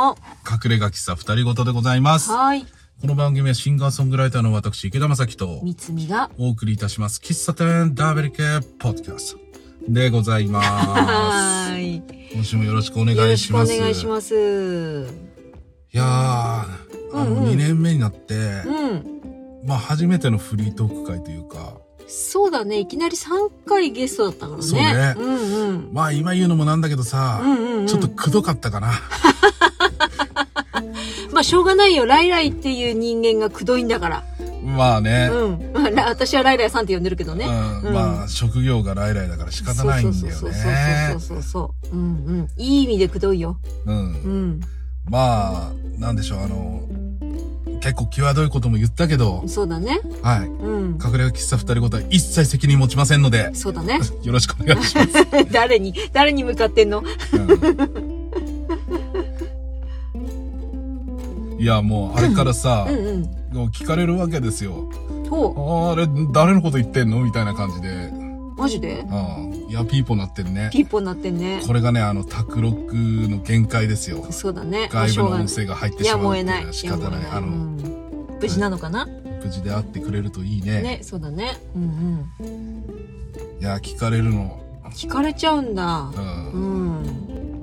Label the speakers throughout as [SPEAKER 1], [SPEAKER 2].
[SPEAKER 1] 隠れ家喫茶二人ごとでございます。こ
[SPEAKER 2] はい。
[SPEAKER 1] の番組はシンガーソングライターの私、池田正樹と
[SPEAKER 2] みつみが。
[SPEAKER 1] お送りいたします。喫茶店ダーベリケポッドキャストでございま
[SPEAKER 2] はい。
[SPEAKER 1] す。今週もよろしくお願
[SPEAKER 2] よろ
[SPEAKER 1] い
[SPEAKER 2] し
[SPEAKER 1] し
[SPEAKER 2] くお
[SPEAKER 1] ます。
[SPEAKER 2] 願いします。う
[SPEAKER 1] いやー、あ
[SPEAKER 2] うんうん
[SPEAKER 1] の、2年目になって、
[SPEAKER 2] ん。
[SPEAKER 1] まあ、初めてのフリートーク会というか、
[SPEAKER 2] そうだね。いきなり三回ゲストだったからね。
[SPEAKER 1] そうね
[SPEAKER 2] うんうん。
[SPEAKER 1] まあ、今言うのもなんだけどさ、
[SPEAKER 2] うんうんうん
[SPEAKER 1] ちょっとくどかったかな。
[SPEAKER 2] まあ、しょうがないよ。ライライっていう人間がくどいんだから。
[SPEAKER 1] まあね。
[SPEAKER 2] うん。まあら私はライライさんって呼んでるけどね。
[SPEAKER 1] う、
[SPEAKER 2] うんん
[SPEAKER 1] まあ、職業がライライだから仕方ないんだよ
[SPEAKER 2] そうそう
[SPEAKER 1] ね
[SPEAKER 2] そう。そうそうそうそう。うんうん。いい意味でくどいよ。
[SPEAKER 1] う。
[SPEAKER 2] うんん。
[SPEAKER 1] まあ、なんでしょう、あの、結構際どいことも言ったけど、
[SPEAKER 2] そうだね。
[SPEAKER 1] はい。
[SPEAKER 2] うん。
[SPEAKER 1] 隠れ家喫茶二人ごとは一切責任持ちませんので、
[SPEAKER 2] そうだね。
[SPEAKER 1] よろしくお願いします。
[SPEAKER 2] 誰に、誰に向かってんの
[SPEAKER 1] うんいや、もう、あれからさ
[SPEAKER 2] う、ん
[SPEAKER 1] もう聞かれるわけですよ。
[SPEAKER 2] うん。ほ
[SPEAKER 1] あれ、誰のこと言ってんのみたいな感じで。
[SPEAKER 2] う。マジで
[SPEAKER 1] うん。いや、ピーポーなってんね。
[SPEAKER 2] ピーポーになってんね。
[SPEAKER 1] これがね、あの、卓録の限界ですよ。
[SPEAKER 2] そうだね。まあ
[SPEAKER 1] 外
[SPEAKER 2] し
[SPEAKER 1] 部
[SPEAKER 2] ょ
[SPEAKER 1] の
[SPEAKER 2] うがない
[SPEAKER 1] 音声が入って
[SPEAKER 2] い
[SPEAKER 1] し
[SPEAKER 2] や
[SPEAKER 1] まうっ
[SPEAKER 2] 燃
[SPEAKER 1] てい
[SPEAKER 2] え
[SPEAKER 1] う
[SPEAKER 2] ない
[SPEAKER 1] のは仕方ない。あ
[SPEAKER 2] う
[SPEAKER 1] の、
[SPEAKER 2] ん、無事なのかな、
[SPEAKER 1] 無事であってくれるといいね。
[SPEAKER 2] ねそうだねうんうん
[SPEAKER 1] いや、聞かれるの、
[SPEAKER 2] 聞かれちゃうんだ
[SPEAKER 1] う、
[SPEAKER 2] うんん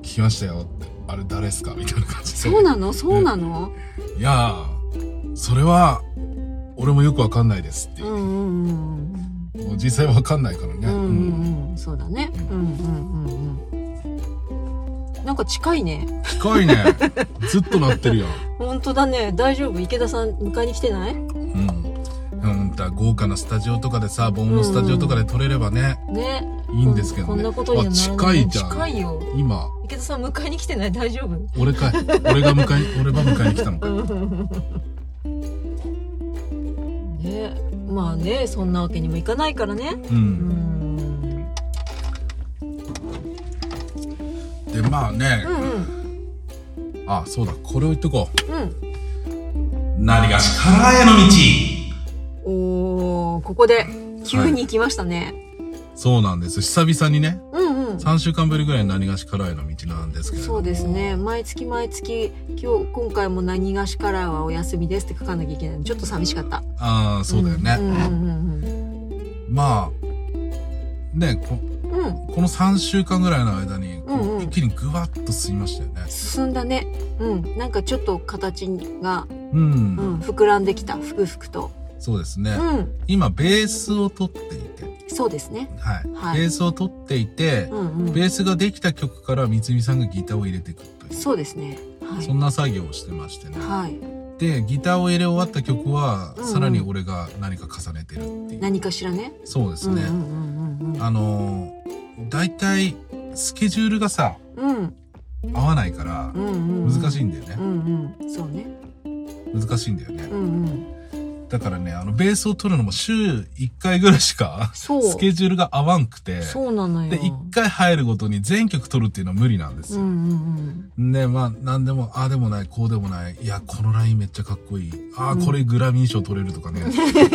[SPEAKER 1] 聞きましたよって。あれ誰っすかみたいな感じで。
[SPEAKER 2] そうなのそうなの、
[SPEAKER 1] いやー、それは、俺もよくわかんないですって
[SPEAKER 2] う
[SPEAKER 1] い
[SPEAKER 2] ん
[SPEAKER 1] う。
[SPEAKER 2] うんうん
[SPEAKER 1] もう実際わかんないからね。
[SPEAKER 2] うんうんうんうんそうだねうんうんうんうんなんか近いね
[SPEAKER 1] 近いね。ずっとなってるよ。
[SPEAKER 2] 本当だね大丈夫池田さん迎えに来てない
[SPEAKER 1] うん。うん、だ豪華なスタジオとかでさ、盆のスタジオとかで撮れればね、
[SPEAKER 2] ね
[SPEAKER 1] いいんですけどね。
[SPEAKER 2] こんなことにはなら
[SPEAKER 1] あ
[SPEAKER 2] ない
[SPEAKER 1] 近いじゃん。
[SPEAKER 2] 近いよ
[SPEAKER 1] 今、
[SPEAKER 2] 池田さん迎えに来てない大丈夫
[SPEAKER 1] 俺かい。俺が迎え、俺が迎えに来た のか。
[SPEAKER 2] ねまあねそんなわけにもいかないからね
[SPEAKER 1] う。
[SPEAKER 2] うんん
[SPEAKER 1] で、まあね
[SPEAKER 2] う、んうん
[SPEAKER 1] あ、そうだ、これを言っとこ
[SPEAKER 2] うん
[SPEAKER 1] う。何がしからへの道
[SPEAKER 2] おーここで急に来ましたね、
[SPEAKER 1] そうなんです。久々にね、
[SPEAKER 2] うんうん
[SPEAKER 1] 3週間ぶりぐらいの何がしからへの道なんですけれども
[SPEAKER 2] そうですね毎月毎月今日今回も何がしからはお休みですって書かなきゃいけないのちょっと寂しかった
[SPEAKER 1] ああ、そうだよね。
[SPEAKER 2] うんうん
[SPEAKER 1] まあ、ねこ、
[SPEAKER 2] うんうん、うん、
[SPEAKER 1] この3週間ぐらいの間に、こう
[SPEAKER 2] うんうん
[SPEAKER 1] 一気にぐわっと進みましたよね。
[SPEAKER 2] 進んだねうんなんかちょっと形が、
[SPEAKER 1] うん。
[SPEAKER 2] うん、膨らんできたふくふくと
[SPEAKER 1] そうですね。
[SPEAKER 2] うん
[SPEAKER 1] 今、ベースを取っていて、
[SPEAKER 2] そうですね
[SPEAKER 1] はい。
[SPEAKER 2] はい
[SPEAKER 1] ベースを取っていて、
[SPEAKER 2] うんうん
[SPEAKER 1] ベースができた曲から三つみさんがギターを入れていくという。
[SPEAKER 2] そうですねは
[SPEAKER 1] そんな作業をしてましてね。
[SPEAKER 2] はい、
[SPEAKER 1] で、ギターを入れ終わった曲は、
[SPEAKER 2] うんうん
[SPEAKER 1] さらに俺が何か重ねてるっていう。
[SPEAKER 2] 何かしらね。
[SPEAKER 1] そうですね。
[SPEAKER 2] うんうんうんうん
[SPEAKER 1] あのー、大体、スケジュールがさ、
[SPEAKER 2] うん。
[SPEAKER 1] 合わないから
[SPEAKER 2] う、んうんうん。
[SPEAKER 1] 難しい
[SPEAKER 2] い。
[SPEAKER 1] んだよね
[SPEAKER 2] う。んうん。そうね。
[SPEAKER 1] 難しいんだよね
[SPEAKER 2] う。んうん。
[SPEAKER 1] だからね、あの、ベースを取るのも週1回ぐらいしか、
[SPEAKER 2] そう。
[SPEAKER 1] スケジュールが合わんくて、
[SPEAKER 2] そうなのよ。
[SPEAKER 1] で、1回入るごとに全曲取るっていうのは無理なんです
[SPEAKER 2] うん
[SPEAKER 1] よ。
[SPEAKER 2] うん
[SPEAKER 1] ね、まあ、なんでも、ああでもない、こうでもない、いや、このラインめっちゃかっこいい、ああ、これグラミー賞取れると かね、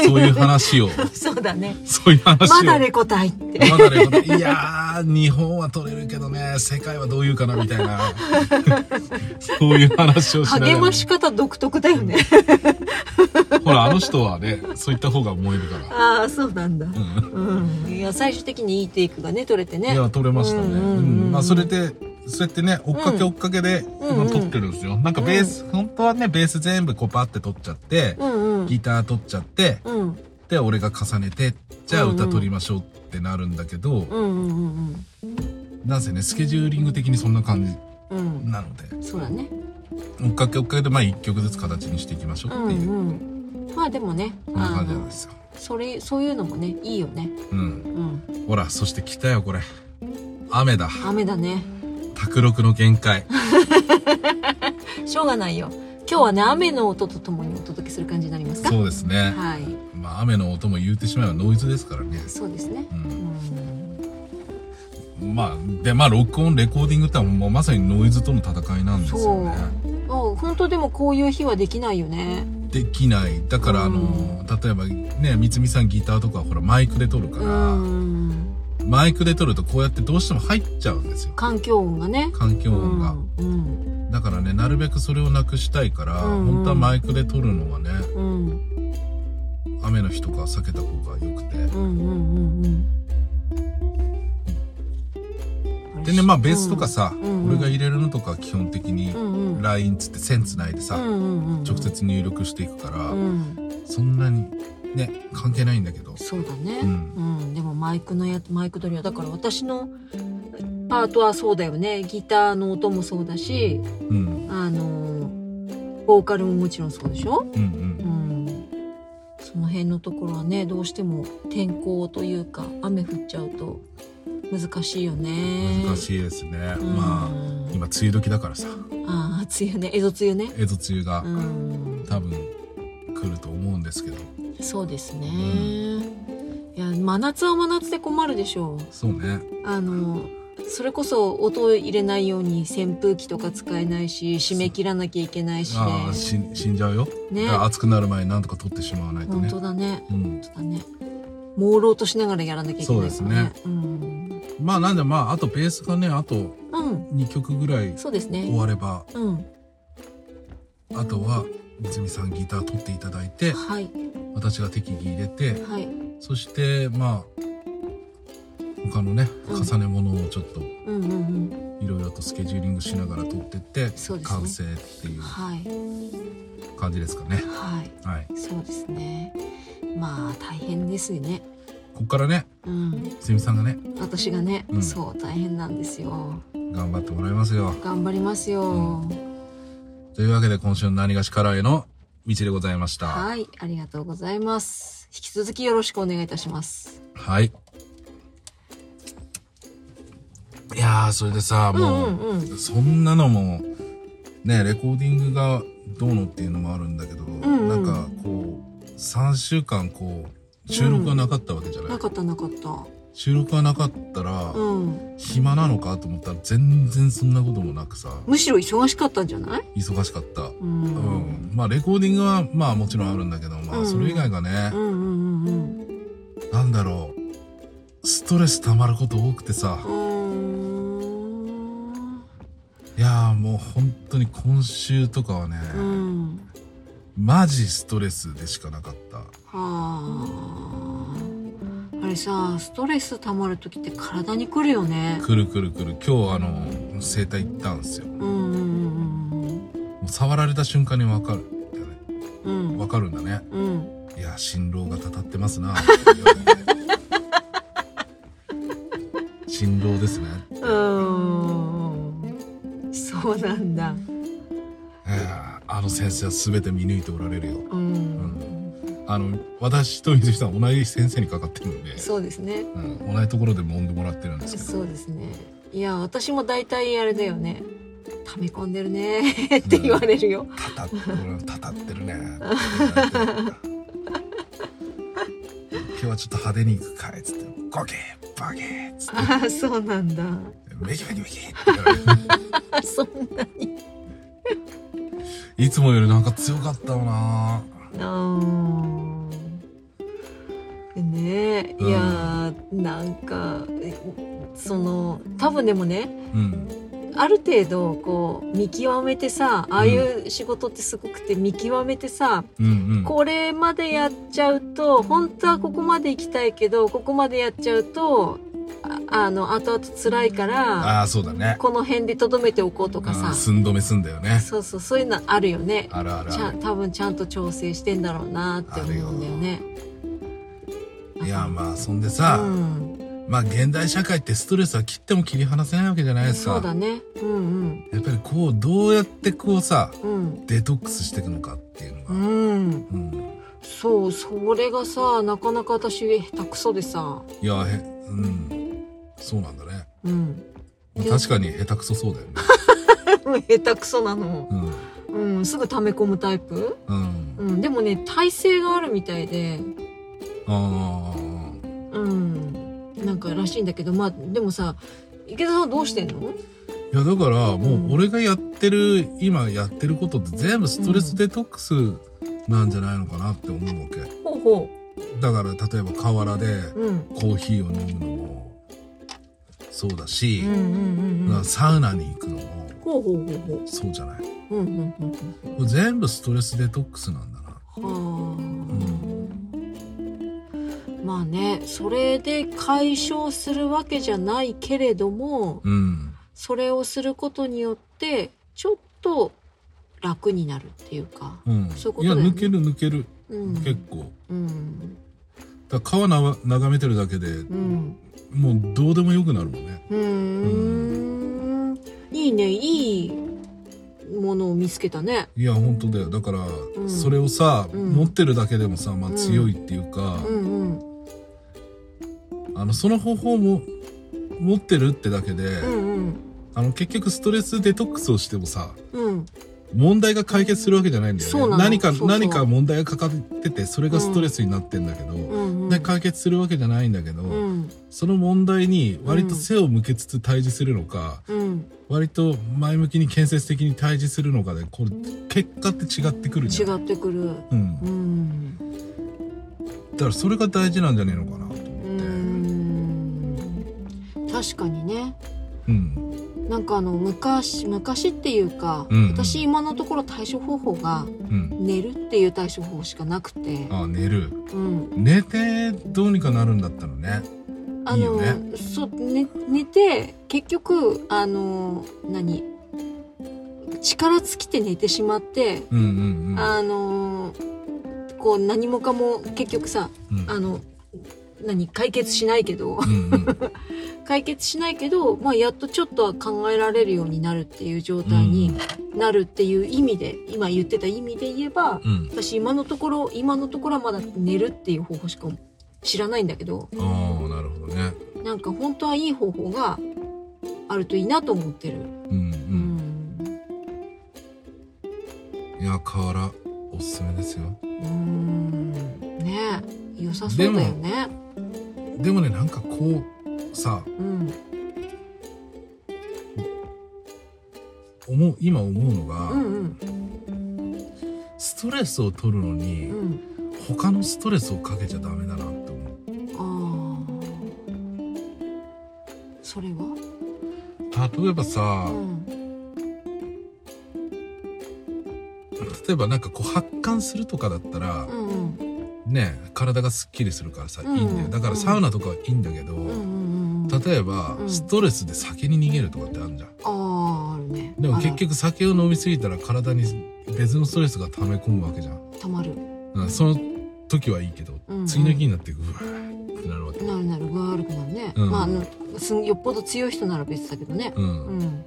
[SPEAKER 1] そういう話を、
[SPEAKER 2] うん。そうだね。
[SPEAKER 1] そういう話を。
[SPEAKER 2] まだレコ大って。
[SPEAKER 1] まだねこのいやー、日本は取れるけどね、世界はどういうかな、みたいな。そういう話をしながら。
[SPEAKER 2] 励まし方独特だよね。
[SPEAKER 1] ほら、あの人はね、そういった方が燃えるから。
[SPEAKER 2] ああ、そうなんだ。
[SPEAKER 1] うん
[SPEAKER 2] うん。いや、最終的にいいテイクがね、取れて
[SPEAKER 1] い
[SPEAKER 2] ね。
[SPEAKER 1] や、取れましたね。
[SPEAKER 2] う
[SPEAKER 1] うん
[SPEAKER 2] うんうん
[SPEAKER 1] んまあ、それで、そうやってね、追っかけ
[SPEAKER 2] うん
[SPEAKER 1] 追っかけで、
[SPEAKER 2] うんう
[SPEAKER 1] 今
[SPEAKER 2] ん
[SPEAKER 1] 取ってるんですよ。なんかベース、本当はね、ベース全部こうパって取っちゃって、
[SPEAKER 2] うんうん。
[SPEAKER 1] ギター取っちゃって、
[SPEAKER 2] うん
[SPEAKER 1] で、俺が重ねて、じゃあ
[SPEAKER 2] うんうん
[SPEAKER 1] 歌取りましょうってなるんだけど、
[SPEAKER 2] うんうんうん
[SPEAKER 1] なんせね、スケジューリング的にそんな感じ
[SPEAKER 2] うん。うん。
[SPEAKER 1] なので、
[SPEAKER 2] そうだね。
[SPEAKER 1] 追っかけ追っかけで、まあ、一曲ずつ形にしていきましょ
[SPEAKER 2] う
[SPEAKER 1] うっていう。
[SPEAKER 2] んうん。まあでもね、
[SPEAKER 1] こんな
[SPEAKER 2] あ
[SPEAKER 1] 感じなん
[SPEAKER 2] の
[SPEAKER 1] で、すよ。
[SPEAKER 2] それ、そういうのもね、いいよね。
[SPEAKER 1] うん。
[SPEAKER 2] うん。
[SPEAKER 1] ほら、そして来たよ、これ。雨だ。
[SPEAKER 2] 雨だね。
[SPEAKER 1] 卓録の限界。
[SPEAKER 2] しょうがないよ。今日はね、雨の音とともにお届けする感じになりますか。
[SPEAKER 1] そうですね。
[SPEAKER 2] はい。
[SPEAKER 1] まあ、雨の音も言うてしまえばノイズですからね。
[SPEAKER 2] そうですね。うん。
[SPEAKER 1] うん。まあ、で、まあ、録音、レコーディングってのはもうまさにノイズとの戦いなんですよね。
[SPEAKER 2] あ、本当でもこういう日はできないよね。
[SPEAKER 1] できない。だから、あの、例えばね、三つみさんギターとかほらマイクで撮るか
[SPEAKER 2] う
[SPEAKER 1] ら、
[SPEAKER 2] ん。
[SPEAKER 1] マイクで撮るとこうやってどうしても入っちゃうんですよ
[SPEAKER 2] 環境音がね
[SPEAKER 1] 環境音が、
[SPEAKER 2] うん
[SPEAKER 1] だからねなるべくそれをなくしたいから、
[SPEAKER 2] うんうん
[SPEAKER 1] 本当はマイクで撮るのはね
[SPEAKER 2] うん
[SPEAKER 1] 雨の日とかは避けた方がよくて、
[SPEAKER 2] うんうんうんうん
[SPEAKER 1] でねまあベースとかさ、
[SPEAKER 2] うん
[SPEAKER 1] 俺が入れるのとかは基本的に
[SPEAKER 2] うんうんうん
[SPEAKER 1] LINE つって線つないでさ、
[SPEAKER 2] うんうんうん
[SPEAKER 1] 直接入力していくから、
[SPEAKER 2] うん
[SPEAKER 1] そんなにね関係ないんだけど
[SPEAKER 2] そうだね
[SPEAKER 1] うん
[SPEAKER 2] うん、でもマイクのやマイク取りはだから私のパートはそうだよねギターの音もそうだし
[SPEAKER 1] うん
[SPEAKER 2] あのボーカルももちろんそうでしょ、
[SPEAKER 1] うんう
[SPEAKER 2] うんん、その辺のところはねどうしても天候というか雨降っちゃうと難しいよね
[SPEAKER 1] 難
[SPEAKER 2] い、
[SPEAKER 1] しいですね、
[SPEAKER 2] うん、
[SPEAKER 1] まあ今梅雨時だからさ
[SPEAKER 2] ああ梅雨ね江戸梅雨ね
[SPEAKER 1] 江戸梅雨が
[SPEAKER 2] うん
[SPEAKER 1] 多分来ると思うんですけど
[SPEAKER 2] そうですね、
[SPEAKER 1] う
[SPEAKER 2] いや真夏は真夏で困るでしょう
[SPEAKER 1] そうね
[SPEAKER 2] あのそれこそ音を入れないように扇風機とか使えないし締め切らなきゃいけないし
[SPEAKER 1] ああ
[SPEAKER 2] ね
[SPEAKER 1] し死んじゃうよ、
[SPEAKER 2] ね
[SPEAKER 1] だから暑くなる前になんとか取ってしまわないと
[SPEAKER 2] 本
[SPEAKER 1] ね
[SPEAKER 2] 当だね
[SPEAKER 1] うん、
[SPEAKER 2] 本当だね朦朧としながらやらなきゃいけないからねうん
[SPEAKER 1] まあなんでまああとベースがねあと
[SPEAKER 2] うん
[SPEAKER 1] 2曲ぐらい
[SPEAKER 2] そうです
[SPEAKER 1] 終
[SPEAKER 2] ね
[SPEAKER 1] われば
[SPEAKER 2] うん
[SPEAKER 1] あとは泉さんギター取っていただいて
[SPEAKER 2] はい
[SPEAKER 1] 私が適宜入れて
[SPEAKER 2] はい
[SPEAKER 1] そしてまあ他のね
[SPEAKER 2] うん
[SPEAKER 1] 重ね物をちょっと
[SPEAKER 2] うんうんうん
[SPEAKER 1] いろいろとスケジューリングしながら取ってって
[SPEAKER 2] そうですね
[SPEAKER 1] 完成っていう
[SPEAKER 2] はい
[SPEAKER 1] 感じですかね
[SPEAKER 2] はい
[SPEAKER 1] はい
[SPEAKER 2] そうですねまあ大変ですよね
[SPEAKER 1] こっからね
[SPEAKER 2] うん
[SPEAKER 1] 泉さんがね
[SPEAKER 2] 私がね、
[SPEAKER 1] うん
[SPEAKER 2] そう大変なんですよ
[SPEAKER 1] 頑張ってもらいますよ
[SPEAKER 2] 頑張りますよ、
[SPEAKER 1] というわけで今週の何がしからへの道でございました
[SPEAKER 2] はい、ありがとうございます。引き続きよろしくお願いいたします。
[SPEAKER 1] はい。いやー、それでさ、
[SPEAKER 2] うん
[SPEAKER 1] もう、
[SPEAKER 2] うんうん。
[SPEAKER 1] そんなのも、ね、レコーディングがどうのっていうのもあるんだけど、
[SPEAKER 2] んうん
[SPEAKER 1] なんか、こう、3週間、こう、収録がなかったわけじゃない、
[SPEAKER 2] なかったなかった。
[SPEAKER 1] 収録がなかったら、
[SPEAKER 2] うん。
[SPEAKER 1] 暇なのかと思ったら、全然そんなこともなくさ、
[SPEAKER 2] むしろ忙しかったんじゃない？
[SPEAKER 1] 忙しかった。
[SPEAKER 2] う。
[SPEAKER 1] うん
[SPEAKER 2] うん
[SPEAKER 1] ん。まあ、レコーディングは、まあ、もちろんあるんだけど、まあ、
[SPEAKER 2] うん
[SPEAKER 1] それ以外がね
[SPEAKER 2] う、んうん
[SPEAKER 1] なんだろう、ストレス溜まること多くてさ、
[SPEAKER 2] うん。う
[SPEAKER 1] いやーもう本当に今週とかはね、
[SPEAKER 2] ーん。うん。
[SPEAKER 1] マジストレスでしかなかった。
[SPEAKER 2] はあ。あれさ、ストレス溜まる時って体にくるよね。
[SPEAKER 1] くるくるくる。今日あの、整体行ったんですよ。も
[SPEAKER 2] うんうんうん
[SPEAKER 1] う触られた瞬間にわかるんだよね。
[SPEAKER 2] うんうん。
[SPEAKER 1] わかるんだね。
[SPEAKER 2] うん。うん。
[SPEAKER 1] いや、辛労がたたってますな。 辛労ですね。
[SPEAKER 2] うーん。そうなんだ。
[SPEAKER 1] いやーあの先生は全て見抜いておられるよ。
[SPEAKER 2] うん。
[SPEAKER 1] あの、私と水木さん同じ先生にかかってるんで、
[SPEAKER 2] そうですね。
[SPEAKER 1] うん、同じところで揉んでもらってるんですけど。
[SPEAKER 2] そうですねいや私も大体あれだよね溜め込んでるねって言われるよ、
[SPEAKER 1] たたってるたたってるね今日はちょっと派手に行くかいっつってゴケーバケーっつって
[SPEAKER 2] ああそうなんだ
[SPEAKER 1] メキメキメキって言われる
[SPEAKER 2] あそんな い
[SPEAKER 1] つもよりなんか強かったよな
[SPEAKER 2] あーねえいやーなんかえその多分でもね
[SPEAKER 1] うん
[SPEAKER 2] ある程度こう見極めてさああいう仕事ってすごくて見極めてさ、
[SPEAKER 1] うんうん
[SPEAKER 2] これまでやっちゃうと本当はここまで行きたいけどここまでやっちゃうとああの後々辛いから
[SPEAKER 1] ああそうだね
[SPEAKER 2] この辺でとどめておこうとか
[SPEAKER 1] うん
[SPEAKER 2] さ
[SPEAKER 1] 寸止めすんだよね
[SPEAKER 2] そうそうそういうのあるよね
[SPEAKER 1] あるある
[SPEAKER 2] ち
[SPEAKER 1] あ
[SPEAKER 2] ゃん多分ちゃんと調整してんだろうなって思うんだよね。
[SPEAKER 1] るいやまあそんでさ、
[SPEAKER 2] うん、
[SPEAKER 1] まあ現代社会ってストレスは切っても切り離せないわけじゃないですか
[SPEAKER 2] そうだねうん
[SPEAKER 1] やっぱりこうどうやってこうさ
[SPEAKER 2] うん
[SPEAKER 1] デトックスしていくのかっていうの
[SPEAKER 2] う
[SPEAKER 1] が、
[SPEAKER 2] んうん
[SPEAKER 1] うん、
[SPEAKER 2] そうそれがさなかなか私下手くそでさ
[SPEAKER 1] いやへうんそうなんだね
[SPEAKER 2] うん、
[SPEAKER 1] まあ
[SPEAKER 2] で
[SPEAKER 1] 確かに下手くそそうだよね
[SPEAKER 2] 下手くそなの、
[SPEAKER 1] うん
[SPEAKER 2] うん、すぐ溜め込むタイプ
[SPEAKER 1] うん
[SPEAKER 2] うん、でもね耐性があるみたいで
[SPEAKER 1] あ
[SPEAKER 2] うんなんからしいんだけどまあでもさ池田さんはどうしてんの
[SPEAKER 1] ーいやだから
[SPEAKER 2] う
[SPEAKER 1] も
[SPEAKER 2] ん
[SPEAKER 1] う俺がやってる今やってることって全部ストレスデトックスなんじゃないのかなって思うわけ
[SPEAKER 2] ほうほ
[SPEAKER 1] だから例えば河原で
[SPEAKER 2] ううん
[SPEAKER 1] コーヒーを飲むのもそうだし
[SPEAKER 2] うん、うんうんうん。
[SPEAKER 1] サウナに行くのも
[SPEAKER 2] ほうほうほうほ
[SPEAKER 1] そうじゃない。
[SPEAKER 2] う。うんうんうんうん。
[SPEAKER 1] これ全部ストレスデトックスなんだな。
[SPEAKER 2] はあ。まあね、それで解消するわけじゃないけれども、
[SPEAKER 1] うん。
[SPEAKER 2] それをすることによって、ちょっと楽になるっていうか。
[SPEAKER 1] うん。
[SPEAKER 2] そういうこ
[SPEAKER 1] い
[SPEAKER 2] と
[SPEAKER 1] や、
[SPEAKER 2] だよね
[SPEAKER 1] 抜ける抜ける。
[SPEAKER 2] うん。
[SPEAKER 1] 結構。
[SPEAKER 2] うん。
[SPEAKER 1] だから川なわ眺めてるだけで
[SPEAKER 2] うん。
[SPEAKER 1] もうどうでもよくなるもんね。
[SPEAKER 2] うーん。いいね、いいものを見つけたね。
[SPEAKER 1] いや、本当だよ。だから、
[SPEAKER 2] ん
[SPEAKER 1] それをさ、
[SPEAKER 2] うん
[SPEAKER 1] 持ってるだけでもさ、まあ
[SPEAKER 2] うん
[SPEAKER 1] 強いっていうか、
[SPEAKER 2] うん
[SPEAKER 1] あの、その方法も持ってるってだけで、
[SPEAKER 2] うん。うんうん。
[SPEAKER 1] あの、結局ストレスデトックスをしてもさ、
[SPEAKER 2] うん。
[SPEAKER 1] 問題が解決するわけじゃないんだよ
[SPEAKER 2] そ
[SPEAKER 1] ね。
[SPEAKER 2] うなの
[SPEAKER 1] 何か
[SPEAKER 2] そうそう
[SPEAKER 1] 何か問題がかかってて、それがストレスになってんだけど、
[SPEAKER 2] うんうん。
[SPEAKER 1] で解決するわけじゃないんだけど、
[SPEAKER 2] うん。
[SPEAKER 1] その問題に割と背を向けつつ対峙するのか、
[SPEAKER 2] うん。
[SPEAKER 1] 割と前向きに建設的に対峙するのかで、これ、結果って違ってくるじ
[SPEAKER 2] 違
[SPEAKER 1] ゃん。
[SPEAKER 2] ってくる。
[SPEAKER 1] うん
[SPEAKER 2] う。ん。
[SPEAKER 1] だからそれが大事なんじゃねえのかなと思って。
[SPEAKER 2] うーん。確かにね。
[SPEAKER 1] うん。
[SPEAKER 2] なんかあの昔昔っていうか、
[SPEAKER 1] うん
[SPEAKER 2] 私今のところ対処方法が
[SPEAKER 1] うん。
[SPEAKER 2] 寝るっていう対処法しかなくて、
[SPEAKER 1] ああ、寝る。
[SPEAKER 2] うん、
[SPEAKER 1] 寝てどうにかなるんだったらね。
[SPEAKER 2] あ
[SPEAKER 1] いいよ
[SPEAKER 2] のそう寝寝て結局あの何力尽きて寝てしまって、
[SPEAKER 1] うんうんうん。
[SPEAKER 2] あのこう何もかも結局さ
[SPEAKER 1] うん
[SPEAKER 2] あの何解決しないけど
[SPEAKER 1] うんうん。
[SPEAKER 2] 解決しないけど、まあ、やっとちょっとは考えられるようになるっていう状態になるっていう意味で、今言ってた意味で言えば、
[SPEAKER 1] うん。
[SPEAKER 2] 私今のところ今のところはまだ寝るっていう方法しか知らないんだけど
[SPEAKER 1] ああ、なるほどね。
[SPEAKER 2] なんか本当はいい方法があるといいなと思ってる
[SPEAKER 1] うん
[SPEAKER 2] う
[SPEAKER 1] うん。
[SPEAKER 2] ん
[SPEAKER 1] いや、河原、おすすめですよ。
[SPEAKER 2] うーんねえ良さそうだよね
[SPEAKER 1] でもね、なんかこう、さ、
[SPEAKER 2] うん
[SPEAKER 1] 思う、今思うの
[SPEAKER 2] う
[SPEAKER 1] が、
[SPEAKER 2] んうん
[SPEAKER 1] ストレスを取るの
[SPEAKER 2] う
[SPEAKER 1] に、
[SPEAKER 2] ん
[SPEAKER 1] 他のストレスをかけちゃダメだなって思う。
[SPEAKER 2] ああそれは
[SPEAKER 1] 例えばさ
[SPEAKER 2] う、ん
[SPEAKER 1] 例えばなんかこう発汗するとかだったら
[SPEAKER 2] う、ん
[SPEAKER 1] ね、体がスッキリするからさ、い
[SPEAKER 2] うん
[SPEAKER 1] いんだよ。だからサウナとかはいいんだけど、
[SPEAKER 2] うんうんうんうん
[SPEAKER 1] 例えば、
[SPEAKER 2] うん
[SPEAKER 1] ストレスで酒に逃げるとかってあるじゃん
[SPEAKER 2] あああるね
[SPEAKER 1] でも
[SPEAKER 2] あら
[SPEAKER 1] 結局酒を飲みすぎたら体に別のストレスが溜め込むわけじゃん
[SPEAKER 2] たまる
[SPEAKER 1] だからその時はいいけど、
[SPEAKER 2] うんうん
[SPEAKER 1] 次の日になってうわーってなるわけ
[SPEAKER 2] なるなる具合悪くなるね、
[SPEAKER 1] うん
[SPEAKER 2] まああのすんよっぽど強い人なら別だけどね
[SPEAKER 1] うん、
[SPEAKER 2] うん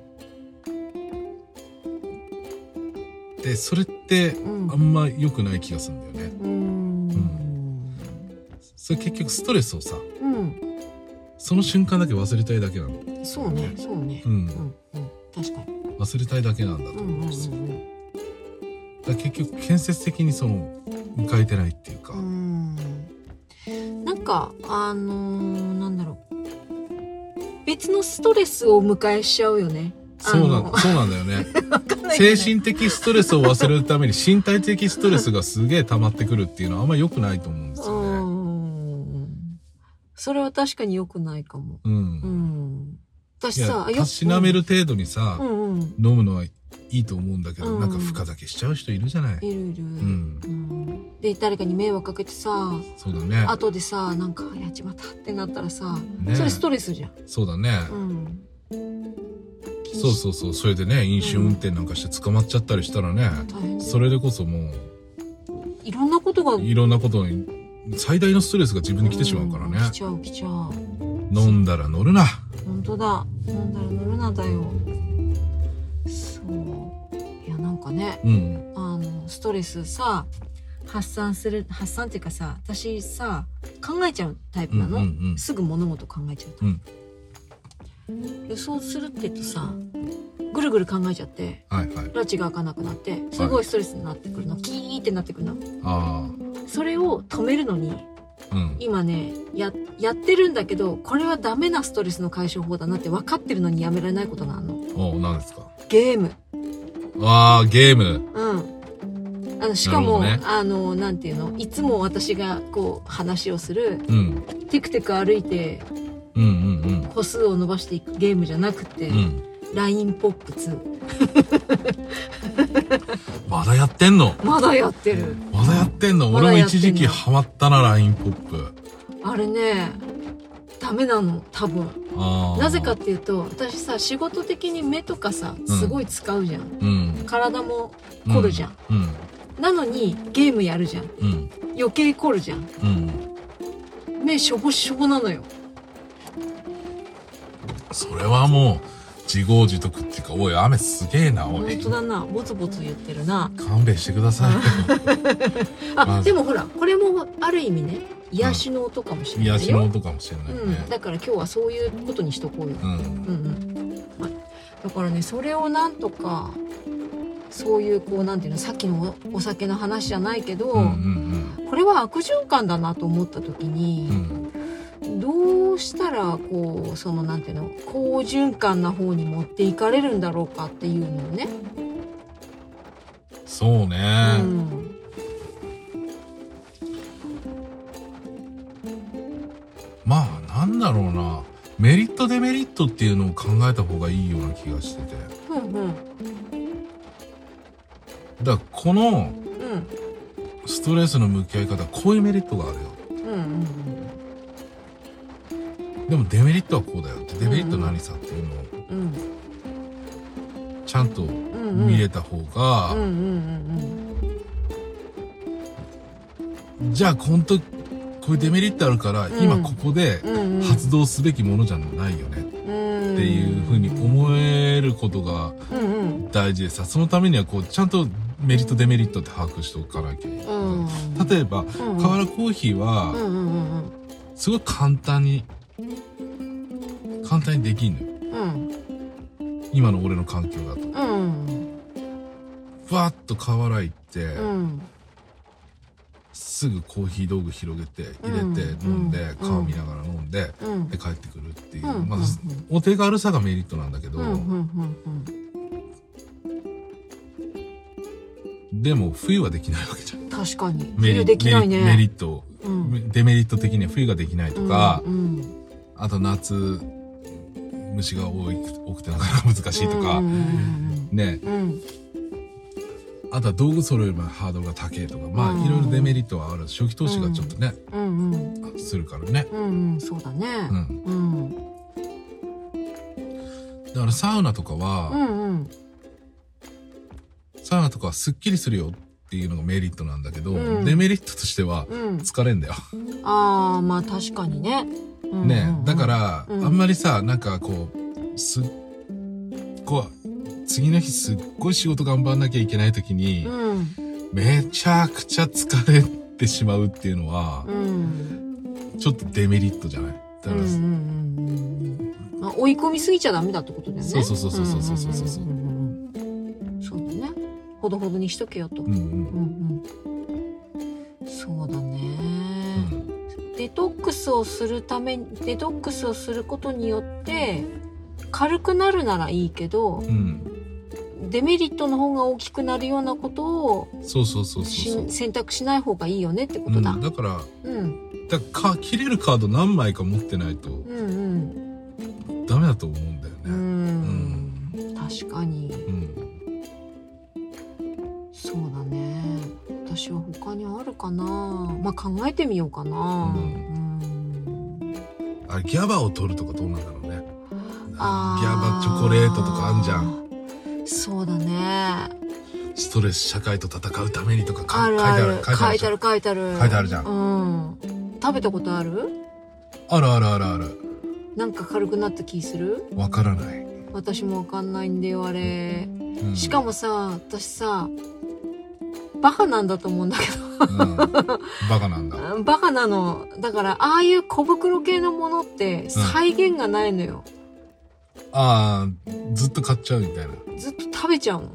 [SPEAKER 1] でそれって
[SPEAKER 2] うん
[SPEAKER 1] あんま良くない気がするんだよね
[SPEAKER 2] うーん
[SPEAKER 1] それ結局ストレスをさ
[SPEAKER 2] うん、
[SPEAKER 1] その瞬間だけ忘れたいだけなの
[SPEAKER 2] そうね、そうね
[SPEAKER 1] う。ん、
[SPEAKER 2] うん、うん、確かに。
[SPEAKER 1] 忘れたいだけなんだと
[SPEAKER 2] うん、
[SPEAKER 1] 思う
[SPEAKER 2] う
[SPEAKER 1] ん
[SPEAKER 2] ん、
[SPEAKER 1] ですよ、だから結局建設的にその迎えてないっていうか、
[SPEAKER 2] うん。うん。なんか、あのー、なんだろう。別のストレスをお迎えしちゃうよね。
[SPEAKER 1] そうな
[SPEAKER 2] あ
[SPEAKER 1] ん
[SPEAKER 2] の
[SPEAKER 1] そうなんだよね
[SPEAKER 2] わかんないけ
[SPEAKER 1] 精
[SPEAKER 2] どね
[SPEAKER 1] 神的ストレスを忘れるために身体的ストレスがすげえ溜まってくるっていうのはあんま良くないと思うんです
[SPEAKER 2] う
[SPEAKER 1] よね。
[SPEAKER 2] ん。それは確かに良くないかも。
[SPEAKER 1] う。
[SPEAKER 2] うんん。
[SPEAKER 1] い
[SPEAKER 2] 私さ
[SPEAKER 1] や、、たしなめ
[SPEAKER 2] る。
[SPEAKER 1] る程度にさ
[SPEAKER 2] う、ん、うん。
[SPEAKER 1] 飲むのはいいと思うんだけど、
[SPEAKER 2] うん
[SPEAKER 1] なんか深酒しちゃう人いるじゃない。
[SPEAKER 2] いるいる。うんん。で、誰かに迷惑かけてさ、
[SPEAKER 1] そうだね。
[SPEAKER 2] 後でさ、なんか、やっちまったってなったらさ、
[SPEAKER 1] ね
[SPEAKER 2] それストレスじゃん。
[SPEAKER 1] そうだね。
[SPEAKER 2] うん。
[SPEAKER 1] そうそうそう。それでね、飲酒運転なんかして捕まっちゃったりしたらね、
[SPEAKER 2] 大変だよ
[SPEAKER 1] それでこそも
[SPEAKER 2] いろんなことが
[SPEAKER 1] う、いろんなことに、最大のストレスが自分に来てしまうからね
[SPEAKER 2] ん。来ちゃう来ちゃう
[SPEAKER 1] 飲んだら乗るな。
[SPEAKER 2] 本当だ飲んだら乗るなだよそういやなんかね
[SPEAKER 1] うん。
[SPEAKER 2] あのストレスさ発散する発散っていうかさ私さ考えちゃうタイプ
[SPEAKER 1] うんう
[SPEAKER 2] なん
[SPEAKER 1] う
[SPEAKER 2] の、
[SPEAKER 1] ん。
[SPEAKER 2] すぐ物事考えちゃうタイプ、でそうするって言うとさぐるぐる考えちゃって
[SPEAKER 1] はいはい。
[SPEAKER 2] 拉致が開かなくなってすごいストレスになってくるの、キーってなってくるの
[SPEAKER 1] あ
[SPEAKER 2] それを止めるのに
[SPEAKER 1] あ。うん。
[SPEAKER 2] 今ねややってるんだけどこれはダメなストレスの解消法だなって分かってるのにやめられないことなの
[SPEAKER 1] お何ですか
[SPEAKER 2] ゲーム
[SPEAKER 1] ああ、ゲーム。
[SPEAKER 2] うんあのしかも、
[SPEAKER 1] なるほど
[SPEAKER 2] あのなんていうのいつも私がこう話をする
[SPEAKER 1] うん。
[SPEAKER 2] テクテク歩いて
[SPEAKER 1] うんうん
[SPEAKER 2] 個数を伸ばしていくゲームじゃなくて、
[SPEAKER 1] うんうん
[SPEAKER 2] ラインポップ2
[SPEAKER 1] まだやってんの
[SPEAKER 2] まだやってる
[SPEAKER 1] まだやってんの
[SPEAKER 2] ま
[SPEAKER 1] 俺
[SPEAKER 2] だ
[SPEAKER 1] も
[SPEAKER 2] やってん
[SPEAKER 1] 一
[SPEAKER 2] の
[SPEAKER 1] 時期ハマったな LINE ポップ
[SPEAKER 2] あれねダメなの多分
[SPEAKER 1] あー
[SPEAKER 2] なぜかっていうと私さ仕事的に目とかさすごい使うじゃん、
[SPEAKER 1] うん
[SPEAKER 2] 体も凝るじゃん、
[SPEAKER 1] うん
[SPEAKER 2] なのにゲームやるじゃん
[SPEAKER 1] うん
[SPEAKER 2] 余計凝るじゃん
[SPEAKER 1] うん
[SPEAKER 2] 目しょぼしょぼなのよ
[SPEAKER 1] それはもう自業自得っていうかおい雨すげえなお
[SPEAKER 2] 本
[SPEAKER 1] い
[SPEAKER 2] 当だなボツボツ言ってるな
[SPEAKER 1] 勘弁してくださ いよま
[SPEAKER 2] あ
[SPEAKER 1] ず
[SPEAKER 2] でもほらこれもある意味ね癒しの音かもしれ
[SPEAKER 1] 癒
[SPEAKER 2] ない
[SPEAKER 1] し
[SPEAKER 2] よ、
[SPEAKER 1] の音かもしれないうね
[SPEAKER 2] ん、だから今日はそういうことにしとこうよ、
[SPEAKER 1] うん
[SPEAKER 2] うんうんはい、だからねそれをなんとかそういうこうなんていうのさっきのおお酒の話じゃないけど、
[SPEAKER 1] うんうん
[SPEAKER 2] これは悪循環だなと思った時
[SPEAKER 1] うんう
[SPEAKER 2] に、
[SPEAKER 1] ん
[SPEAKER 2] どうしたらこうそのなんていうの好循環な方に持っていかれるんだろうかっていうのをね、
[SPEAKER 1] そう
[SPEAKER 2] う
[SPEAKER 1] ね
[SPEAKER 2] ん、
[SPEAKER 1] まあなんだろうなメリットデメリットっていうのを考えた方がいいような気がしてて
[SPEAKER 2] うんうん
[SPEAKER 1] だからこの
[SPEAKER 2] うん
[SPEAKER 1] ストレスの向き合い方こういうメリットがあるよ
[SPEAKER 2] うんうん
[SPEAKER 1] でもデメリットはこうだよってデメリット何さっていうのを
[SPEAKER 2] うん
[SPEAKER 1] ちゃんと
[SPEAKER 2] うんうん
[SPEAKER 1] 見れた方
[SPEAKER 2] うん
[SPEAKER 1] が、
[SPEAKER 2] うんうん
[SPEAKER 1] じゃあこんとこういうデメリットあるから、
[SPEAKER 2] ん
[SPEAKER 1] 今ここで
[SPEAKER 2] うんうんうん
[SPEAKER 1] 発動すべきものじゃないよね
[SPEAKER 2] っ
[SPEAKER 1] っていうふうに思えることが
[SPEAKER 2] うんうん
[SPEAKER 1] 大事でさそのためにはこうちゃんとメリットデメリットって把握しておかなきゃいけない。
[SPEAKER 2] うん
[SPEAKER 1] 例えば
[SPEAKER 2] うん
[SPEAKER 1] 河原コーヒー
[SPEAKER 2] う
[SPEAKER 1] は
[SPEAKER 2] んうんうん
[SPEAKER 1] すごい簡単に簡単にできんのよ
[SPEAKER 2] うん
[SPEAKER 1] 今の俺の環境だと。
[SPEAKER 2] うん
[SPEAKER 1] ふわっと河原行って、
[SPEAKER 2] うん
[SPEAKER 1] すぐコーヒー道具広げて入れて
[SPEAKER 2] うん
[SPEAKER 1] 飲んで、
[SPEAKER 2] うん
[SPEAKER 1] 顔見ながら飲んで、
[SPEAKER 2] うん
[SPEAKER 1] で帰ってくるっていう、
[SPEAKER 2] うん
[SPEAKER 1] まあ
[SPEAKER 2] うん
[SPEAKER 1] お手軽さがメリットなんだけど、
[SPEAKER 2] うんうんうん
[SPEAKER 1] でも冬はできないわけじゃん
[SPEAKER 2] 確かに
[SPEAKER 1] メリ
[SPEAKER 2] 冬できないね
[SPEAKER 1] メリメリット、
[SPEAKER 2] うん
[SPEAKER 1] デメリット的には冬ができないとか、
[SPEAKER 2] うんうん
[SPEAKER 1] あと夏虫が多い多くてなかなか難しいとか、
[SPEAKER 2] うん
[SPEAKER 1] ね
[SPEAKER 2] うんうん
[SPEAKER 1] あとは道具揃えるまでハードルが高いとかまあ、
[SPEAKER 2] うん
[SPEAKER 1] いろいろデメリットはある初期投資がちょっとね、
[SPEAKER 2] うんうんうん
[SPEAKER 1] するからね、
[SPEAKER 2] うんうんそうだね
[SPEAKER 1] うん、
[SPEAKER 2] うん
[SPEAKER 1] だからサウナとかは、
[SPEAKER 2] うんうん
[SPEAKER 1] サウナとかはすっきりするよっていうのがメリットなんだけど、
[SPEAKER 2] うん
[SPEAKER 1] デメリットとしては
[SPEAKER 2] うん
[SPEAKER 1] 疲れんだよ。
[SPEAKER 2] ああまあ確かにねうんうん
[SPEAKER 1] ね
[SPEAKER 2] うん
[SPEAKER 1] だから、
[SPEAKER 2] うん
[SPEAKER 1] あんまりさ、なんかこう、すっこう、次の日すっごい仕事頑張んなきゃいけない時に、
[SPEAKER 2] うん
[SPEAKER 1] めちゃくちゃ疲れてしまうっていうのは
[SPEAKER 2] う、ん
[SPEAKER 1] ちょっとデメリットじゃないだか
[SPEAKER 2] うん
[SPEAKER 1] ら、
[SPEAKER 2] うんうんうんまあ追い込みすぎちゃダメだってことだよね
[SPEAKER 1] そうそうそうそうそうそうそうそうん
[SPEAKER 2] うんうんうんそうだねほどほどにしとけよと、う
[SPEAKER 1] うんんうん
[SPEAKER 2] うん、そうだね、
[SPEAKER 1] うん
[SPEAKER 2] デトックスをするためにデトックスをすることによって軽くなるならいいけど
[SPEAKER 1] うん
[SPEAKER 2] デメリットの方が大きくなるようなことを
[SPEAKER 1] そうそうそう
[SPEAKER 2] し
[SPEAKER 1] そうそう。
[SPEAKER 2] 選択しない方がいいよねってこ
[SPEAKER 1] う
[SPEAKER 2] と
[SPEAKER 1] ん、
[SPEAKER 2] だ。
[SPEAKER 1] だから、
[SPEAKER 2] うん、
[SPEAKER 1] だからか切れるカード何枚か持ってないと
[SPEAKER 2] うん、うん、
[SPEAKER 1] ダメだと思うんだよね。
[SPEAKER 2] うん、確かに
[SPEAKER 1] うん
[SPEAKER 2] そうだね。私は他にあるかな。まあ考えてみようかな。うん、
[SPEAKER 1] あれギャバを取るとかどうなんだろうね
[SPEAKER 2] あ
[SPEAKER 1] ギャバチョコレートとかあんじゃん
[SPEAKER 2] ん。そうだね。
[SPEAKER 1] ストレス社会と戦うためにとかか
[SPEAKER 2] あるある
[SPEAKER 1] 書
[SPEAKER 2] 書
[SPEAKER 1] い
[SPEAKER 2] い
[SPEAKER 1] て
[SPEAKER 2] て
[SPEAKER 1] あ
[SPEAKER 2] あ
[SPEAKER 1] る
[SPEAKER 2] る書いてある
[SPEAKER 1] 書いてあるじゃん
[SPEAKER 2] うん食べたことある
[SPEAKER 1] あるあるあるある
[SPEAKER 2] なんか軽くなった気する
[SPEAKER 1] わからない、
[SPEAKER 2] 私もわかんないんだよあれ、
[SPEAKER 1] うん
[SPEAKER 2] しか、もさ私さバカなんだと思うんだけ
[SPEAKER 1] うん、バカなんだ
[SPEAKER 2] どバカなのだからああいう小袋系のものって再現がないのよ、
[SPEAKER 1] あーずっと買っちゃうみたいな
[SPEAKER 2] ずっと食べちゃうの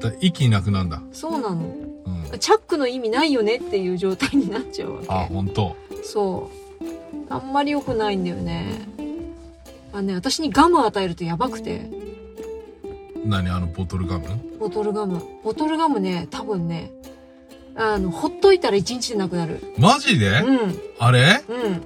[SPEAKER 1] だ息なくなんだ、
[SPEAKER 2] そうなの
[SPEAKER 1] うん、
[SPEAKER 2] チャックの意味ないよねっていう状態になっちゃうわけ
[SPEAKER 1] あ本当
[SPEAKER 2] そうあんまり良くないんだよねあね私にガム与えるとやばくて
[SPEAKER 1] 何あのボトルガム
[SPEAKER 2] ボトルガムボトルガムね多分ねあのほっといたら一日でなくなる
[SPEAKER 1] マジで
[SPEAKER 2] うん
[SPEAKER 1] あれ
[SPEAKER 2] うん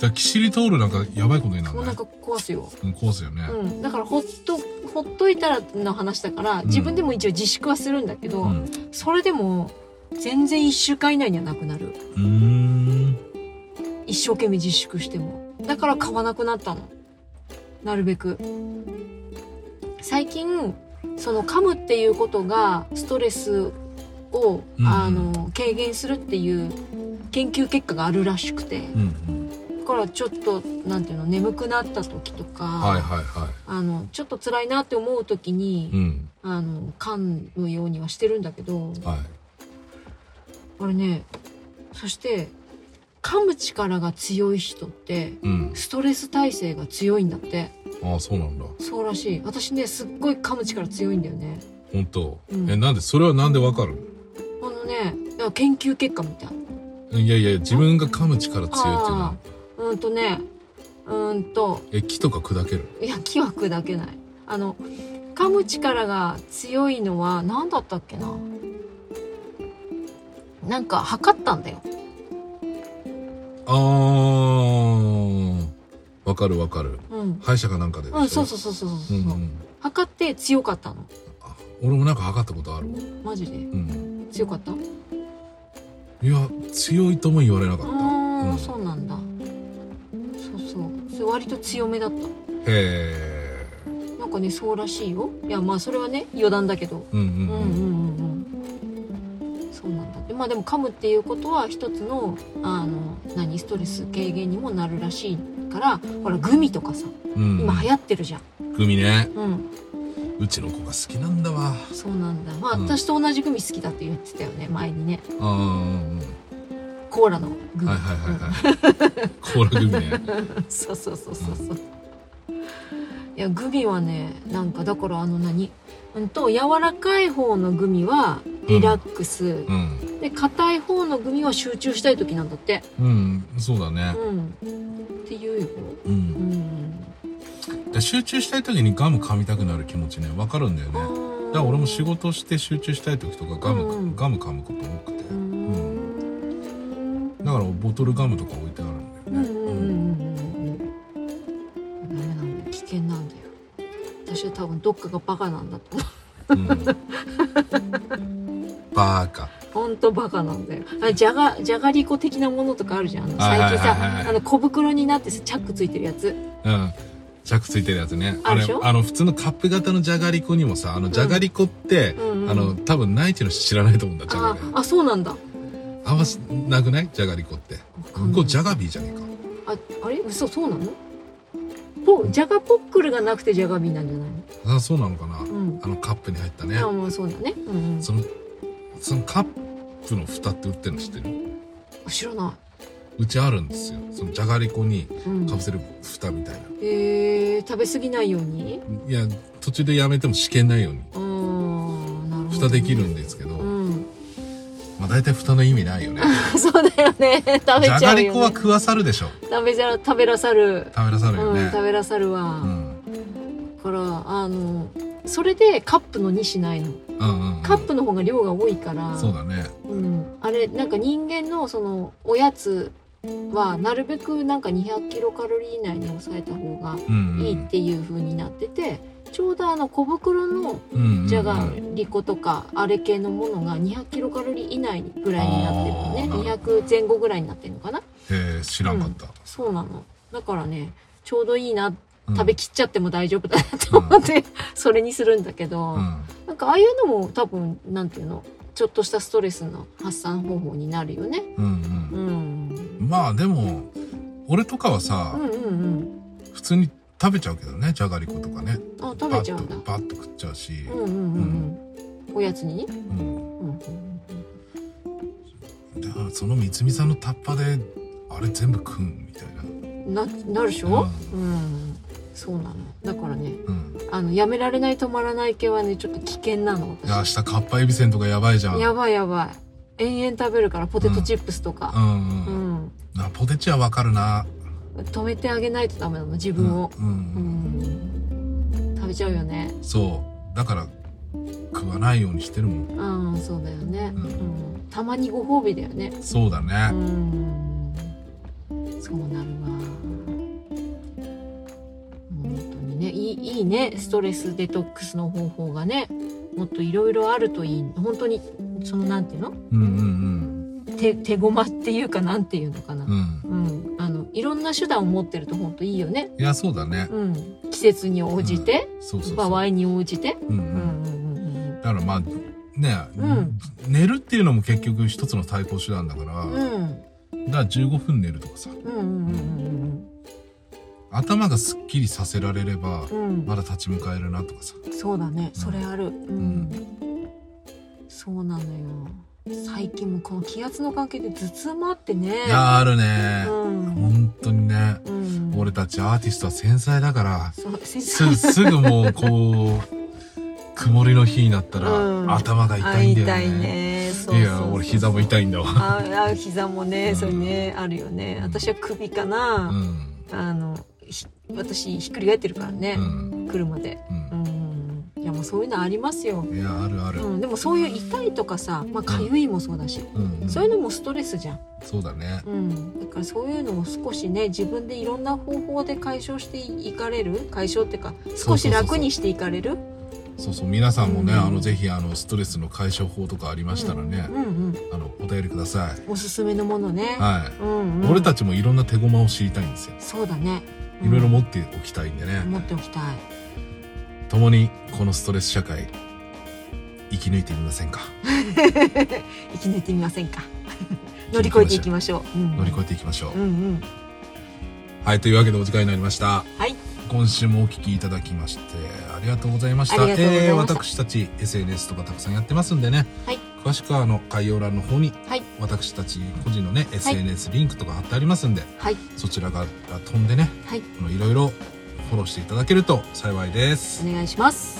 [SPEAKER 1] からキシリトールなんかやばいことになる
[SPEAKER 2] もう
[SPEAKER 1] ね
[SPEAKER 2] なんか壊すよ。
[SPEAKER 1] うんこうですよね、
[SPEAKER 2] うん、だからほっとほっといたらの話だから
[SPEAKER 1] ん
[SPEAKER 2] 自分でも一応自粛はするんだけど、
[SPEAKER 1] うんう
[SPEAKER 2] それでも全然1週間以内にはなくなる
[SPEAKER 1] ーん
[SPEAKER 2] 一生懸命自粛してもだから買わなくなったのなるべく最近その噛むっていうことがストレスを、
[SPEAKER 1] うん
[SPEAKER 2] あの軽減するっていう研究結果があるらしくて
[SPEAKER 1] うんうん
[SPEAKER 2] だからちょっとなんていうの眠くなった時とか、
[SPEAKER 1] はいはいは
[SPEAKER 2] あのちょっと辛いなって思う時に
[SPEAKER 1] いうん
[SPEAKER 2] あの噛むようにはしてるんだけど
[SPEAKER 1] はい
[SPEAKER 2] あれねそして噛む力が強い人って
[SPEAKER 1] うん
[SPEAKER 2] ストレス耐性が強いんだって
[SPEAKER 1] ああそうなんだ
[SPEAKER 2] そうらしい私ねすっごい噛む力強いんだよね
[SPEAKER 1] 本当、
[SPEAKER 2] うん
[SPEAKER 1] えなんでそれはなんでわかる
[SPEAKER 2] あのねいや研究結果みたい
[SPEAKER 1] いやいや自分が噛む力強いっていうのは
[SPEAKER 2] あうーんとねうーんと
[SPEAKER 1] え木とか砕ける
[SPEAKER 2] いや気は砕けないあの噛む力が強いのは何だったっけななんか測ったんだよ
[SPEAKER 1] あーわかるわかる
[SPEAKER 2] うん
[SPEAKER 1] 歯医者かなんかででしょ
[SPEAKER 2] うん、そうそうそうそうそうそう、
[SPEAKER 1] んうん、
[SPEAKER 2] 測って強かったの
[SPEAKER 1] あ俺もなんか測ったことあるわ
[SPEAKER 2] マジで
[SPEAKER 1] うん
[SPEAKER 2] 強かったう
[SPEAKER 1] いや強いとも言われなかった
[SPEAKER 2] ー
[SPEAKER 1] うん
[SPEAKER 2] んそうなんだそうそうそれ割と強めだった
[SPEAKER 1] へえ
[SPEAKER 2] なんかねそうらしいよいやまあそれはね余談だけど
[SPEAKER 1] うん
[SPEAKER 2] うんう
[SPEAKER 1] う
[SPEAKER 2] んうん
[SPEAKER 1] うん
[SPEAKER 2] んうんそうなんだでまあでも噛むっていうことは一つのあの何ストレス軽減にもなるらしいからほらグミとかさ
[SPEAKER 1] うん
[SPEAKER 2] 今流行ってるじゃん
[SPEAKER 1] グミね
[SPEAKER 2] うん
[SPEAKER 1] うちの子が好きなんだわ
[SPEAKER 2] そうなんだまあ
[SPEAKER 1] うん
[SPEAKER 2] 私と同じグミ好きだって言ってたよね前にね
[SPEAKER 1] あー
[SPEAKER 2] コーラのグミ
[SPEAKER 1] はいはいはいはいコーラグミね
[SPEAKER 2] そうそうそうそうそう。いやグミはねなんかだからあの何うんと柔らかい方のグミはリラックス、
[SPEAKER 1] うん
[SPEAKER 2] で硬い方のグミは集中したい時なんだって。
[SPEAKER 1] うんそうだね
[SPEAKER 2] うん。っていうよ。
[SPEAKER 1] う
[SPEAKER 2] うんん。
[SPEAKER 1] で集中したい時にガム噛みたくなる気持ちねわかるんだよねだから俺も仕
[SPEAKER 2] 事。
[SPEAKER 1] 事して集中したい時とかガム、
[SPEAKER 2] うん
[SPEAKER 1] ガム噛むこと多くて
[SPEAKER 2] うん。
[SPEAKER 1] だからボトルガムとか置いてあるんだ
[SPEAKER 2] うんう
[SPEAKER 1] よ
[SPEAKER 2] ん
[SPEAKER 1] ね、
[SPEAKER 2] うんうんうん。ダメなんだよ危険なんだよ。私は多分どっかがバカなんだと思う。
[SPEAKER 1] うんバーカ
[SPEAKER 2] ほんとバカなんだよ。あじゃが、じゃがりこ的なものとかあるじゃん。あの
[SPEAKER 1] はいはい
[SPEAKER 2] 最近さ、
[SPEAKER 1] はいはい
[SPEAKER 2] あの小袋になってさチャックついてるやつ。
[SPEAKER 1] うんチャックついてるやつね
[SPEAKER 2] ある
[SPEAKER 1] れ
[SPEAKER 2] でしょ
[SPEAKER 1] あの普通のカップ型のじゃがりこにもさあのじゃがりこって、
[SPEAKER 2] うんうん
[SPEAKER 1] あの多分ないちの人知らないと思うんだじゃが
[SPEAKER 2] あ
[SPEAKER 1] りこ、
[SPEAKER 2] あ、そうなんだ。
[SPEAKER 1] あんましなくないじゃがりこって向こうじゃがビーじゃねえか
[SPEAKER 2] あ、あれ嘘、そうなのポ、じゃがポックルがなくてじゃがビーなんじゃない
[SPEAKER 1] あそうなのかな、
[SPEAKER 2] のうん。
[SPEAKER 1] あのカップに入ったね
[SPEAKER 2] あ、まあそうだね。うん、
[SPEAKER 1] そのそのカップの蓋って売ってるの知ってる
[SPEAKER 2] うん。知らな
[SPEAKER 1] うちあるんですよそのじゃがりこに
[SPEAKER 2] い。うん
[SPEAKER 1] か。ぶせる蓋みたいな、
[SPEAKER 2] えー、食べ過ぎないように
[SPEAKER 1] いや途中でやめても試験ないように
[SPEAKER 2] あー、なるほど、ね。
[SPEAKER 1] 蓋できるんですけど、
[SPEAKER 2] うん。
[SPEAKER 1] まあ大体蓋の意味ないよね
[SPEAKER 2] そうだよね。 食べち
[SPEAKER 1] じ
[SPEAKER 2] ゃうよ、ね。
[SPEAKER 1] ゃがりこは食わさるでしょ
[SPEAKER 2] 食べざら、食べらさる。
[SPEAKER 1] 食べなさるよ
[SPEAKER 2] うん、
[SPEAKER 1] ね
[SPEAKER 2] 食べらさるわ。
[SPEAKER 1] うん
[SPEAKER 2] からあのそれでカップのにしないの
[SPEAKER 1] うんうんうん
[SPEAKER 2] カップの方が量が多いから、
[SPEAKER 1] そうだね
[SPEAKER 2] うん、あれなんか人間のそのおやつはなるべくなんか200キロカロリー以内に抑えた方が
[SPEAKER 1] うんうん
[SPEAKER 2] いいっていう風になってて、ちょうどあの小袋の
[SPEAKER 1] うんうんうん
[SPEAKER 2] じゃがりことかあれ系のものが200キロカロリー以内ぐらいになってるのね
[SPEAKER 1] あー
[SPEAKER 2] 200前後ぐらいになってるのかな
[SPEAKER 1] へえ知らんかった、
[SPEAKER 2] そうなのだからねちょうどいいな
[SPEAKER 1] うん
[SPEAKER 2] 食べきっちゃっても大丈夫だなと思って、それにするんだけど、
[SPEAKER 1] うん
[SPEAKER 2] なんかああいうのも多分なんていうのちょっとしたストレスの発散方法になるよね。
[SPEAKER 1] うんう
[SPEAKER 2] うんん、
[SPEAKER 1] まあでも俺とかはさ、
[SPEAKER 2] うんうん
[SPEAKER 1] 普通に食べちゃうけどねじゃがりことかね
[SPEAKER 2] うん。あ食べちゃうんだ。
[SPEAKER 1] バッとバッと食っちゃうし、
[SPEAKER 2] うんうんうんうん。おやつにね。
[SPEAKER 1] うん
[SPEAKER 2] うん
[SPEAKER 1] だからその三つみさんのタッパであれ全部食うんみたいな、
[SPEAKER 2] うん、ななるでしょ、うん、そうなのだからね
[SPEAKER 1] うん、
[SPEAKER 2] あのやめられない止まらない系はねちょっと危険なの
[SPEAKER 1] いや明
[SPEAKER 2] 私
[SPEAKER 1] 日カッパエビせんとかやばいじゃん
[SPEAKER 2] やばいやばい延々食べるからポテトチップスと
[SPEAKER 1] う
[SPEAKER 2] か、
[SPEAKER 1] んう
[SPEAKER 2] う
[SPEAKER 1] ん、
[SPEAKER 2] ん
[SPEAKER 1] なポテチはわかるな
[SPEAKER 2] 止めてあげないとダメなの自分を、
[SPEAKER 1] うん
[SPEAKER 2] う
[SPEAKER 1] うん
[SPEAKER 2] ん、食べちゃうよね
[SPEAKER 1] そうだから食わないようにしてるもん
[SPEAKER 2] うんそうだよね、
[SPEAKER 1] う
[SPEAKER 2] うんんたまにご褒美だよね
[SPEAKER 1] そうだ
[SPEAKER 2] う
[SPEAKER 1] ね、
[SPEAKER 2] んそうなるわ本当にねいいいいねストレスデトックスの方法がねもっといろいろあるといい本当にそのなんていうの
[SPEAKER 1] うんうん
[SPEAKER 2] 手手ごまっていうかなんていうのかな
[SPEAKER 1] うんうん
[SPEAKER 2] うん、あのいろんな手段を持ってると本当いいよね、
[SPEAKER 1] いやそうだね
[SPEAKER 2] うん、季節に応じて、
[SPEAKER 1] そうそう
[SPEAKER 2] 場
[SPEAKER 1] そう
[SPEAKER 2] 合に応じて、
[SPEAKER 1] うんう
[SPEAKER 2] うんうんんうん
[SPEAKER 1] だからまあね、
[SPEAKER 2] うん
[SPEAKER 1] 寝るっていうのも結局一つの対抗手段だから、
[SPEAKER 2] うんう
[SPEAKER 1] だか
[SPEAKER 2] ん
[SPEAKER 1] ら15分寝るとかさ
[SPEAKER 2] うんうんうん
[SPEAKER 1] 頭がすっきりさせられれば
[SPEAKER 2] うんうん
[SPEAKER 1] まだ立ち向かえるなとかさ
[SPEAKER 2] そうだねそれある、うんそうなのよ最近もこの気圧の関係で頭痛もあってね
[SPEAKER 1] いやあるね
[SPEAKER 2] うん、
[SPEAKER 1] 本当にね
[SPEAKER 2] うん、
[SPEAKER 1] 俺たちアーティストは繊細だから
[SPEAKER 2] そう先生
[SPEAKER 1] すすぐもうこう曇りの日になった
[SPEAKER 2] うん
[SPEAKER 1] ら頭が痛
[SPEAKER 2] あ
[SPEAKER 1] いんだよ
[SPEAKER 2] 痛い
[SPEAKER 1] ね,、
[SPEAKER 2] ねそう
[SPEAKER 1] い
[SPEAKER 2] そう
[SPEAKER 1] や俺膝も痛いんだわ、
[SPEAKER 2] ああ 膝もねそれねあるよね
[SPEAKER 1] うん
[SPEAKER 2] 私は首かな、
[SPEAKER 1] うん
[SPEAKER 2] あのひ私ひっくり返ってるからね
[SPEAKER 1] う、ん
[SPEAKER 2] 車で
[SPEAKER 1] う
[SPEAKER 2] うんんいやもうそういうのありますよ、
[SPEAKER 1] いやあるある、
[SPEAKER 2] うん、でもそういう痛いとかさまあ痒いもそうだし、
[SPEAKER 1] うんうん
[SPEAKER 2] そういうのもストレスじゃん、
[SPEAKER 1] そうだね
[SPEAKER 2] うん、だからそういうのを少しね自分でいろんな方法で解消していかれる解消っていうか少し楽にしていかれる
[SPEAKER 1] そうそう皆さんもね、
[SPEAKER 2] うん
[SPEAKER 1] あのぜひあのストレスの解消法とかありましたらね、
[SPEAKER 2] うんうん
[SPEAKER 1] あのお便りください、
[SPEAKER 2] おすすめのものね、
[SPEAKER 1] は
[SPEAKER 2] うん
[SPEAKER 1] い、
[SPEAKER 2] うん、
[SPEAKER 1] 俺たちもいろんな手駒を知りたいんですよ
[SPEAKER 2] そうだね
[SPEAKER 1] いろいろ
[SPEAKER 2] うん
[SPEAKER 1] 持っておきたいんでね、
[SPEAKER 2] 持っておきたい
[SPEAKER 1] 共にこのストレス社会生き抜いてみませんか
[SPEAKER 2] 生き抜いてみませんか 乗り越えていきましょう、うん、
[SPEAKER 1] 乗り越えていきましょう、
[SPEAKER 2] うんうん
[SPEAKER 1] はいというわけでお時間になりました
[SPEAKER 2] はい
[SPEAKER 1] 今週もお聞きいただきましてありがとうございました
[SPEAKER 2] ありがとうございました
[SPEAKER 1] えー私たち SNS とかたくさんやってますんでね、
[SPEAKER 2] はい
[SPEAKER 1] 詳しくはあの概要欄の方に、
[SPEAKER 2] はい
[SPEAKER 1] 私たち個人のね SNS リンクとか貼ってありますんで、
[SPEAKER 2] はい
[SPEAKER 1] そちらから飛んでね
[SPEAKER 2] はい
[SPEAKER 1] あのいろいろフォローしていただけると幸いです
[SPEAKER 2] お願いします、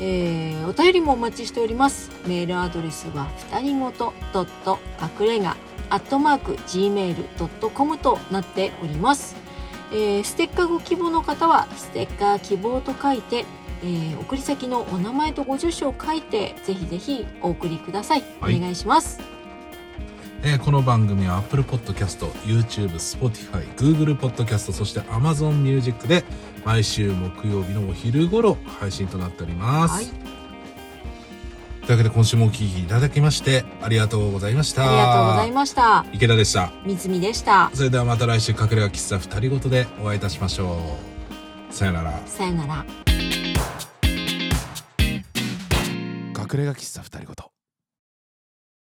[SPEAKER 2] えー、お便りもお待ちしておりますメールアドレスは二人ごとドット隠れがアットマーク gmail.com となっております、えー、ステッカーご希望の方はステッカー希望と書いて、えー、送り先のお名前とご住所を書いてぜひぜひお送りください、
[SPEAKER 1] はい
[SPEAKER 2] お願いします
[SPEAKER 1] えーこの番組は Apple Podcast、YouTube、Spotify、Google Podcast、そして Amazon Music で毎週木曜日のお昼頃配信となっております。
[SPEAKER 2] はい
[SPEAKER 1] というわけで今週もお聞きいただきましてありがとうございました。
[SPEAKER 2] ありがとうございました
[SPEAKER 1] 池田でした。
[SPEAKER 2] みずみでした
[SPEAKER 1] それではまた来週隠れ家喫茶二人ごとでお会いいたしましょう。さよなら。
[SPEAKER 2] さよなら
[SPEAKER 1] 隠れ家喫茶二人ごと。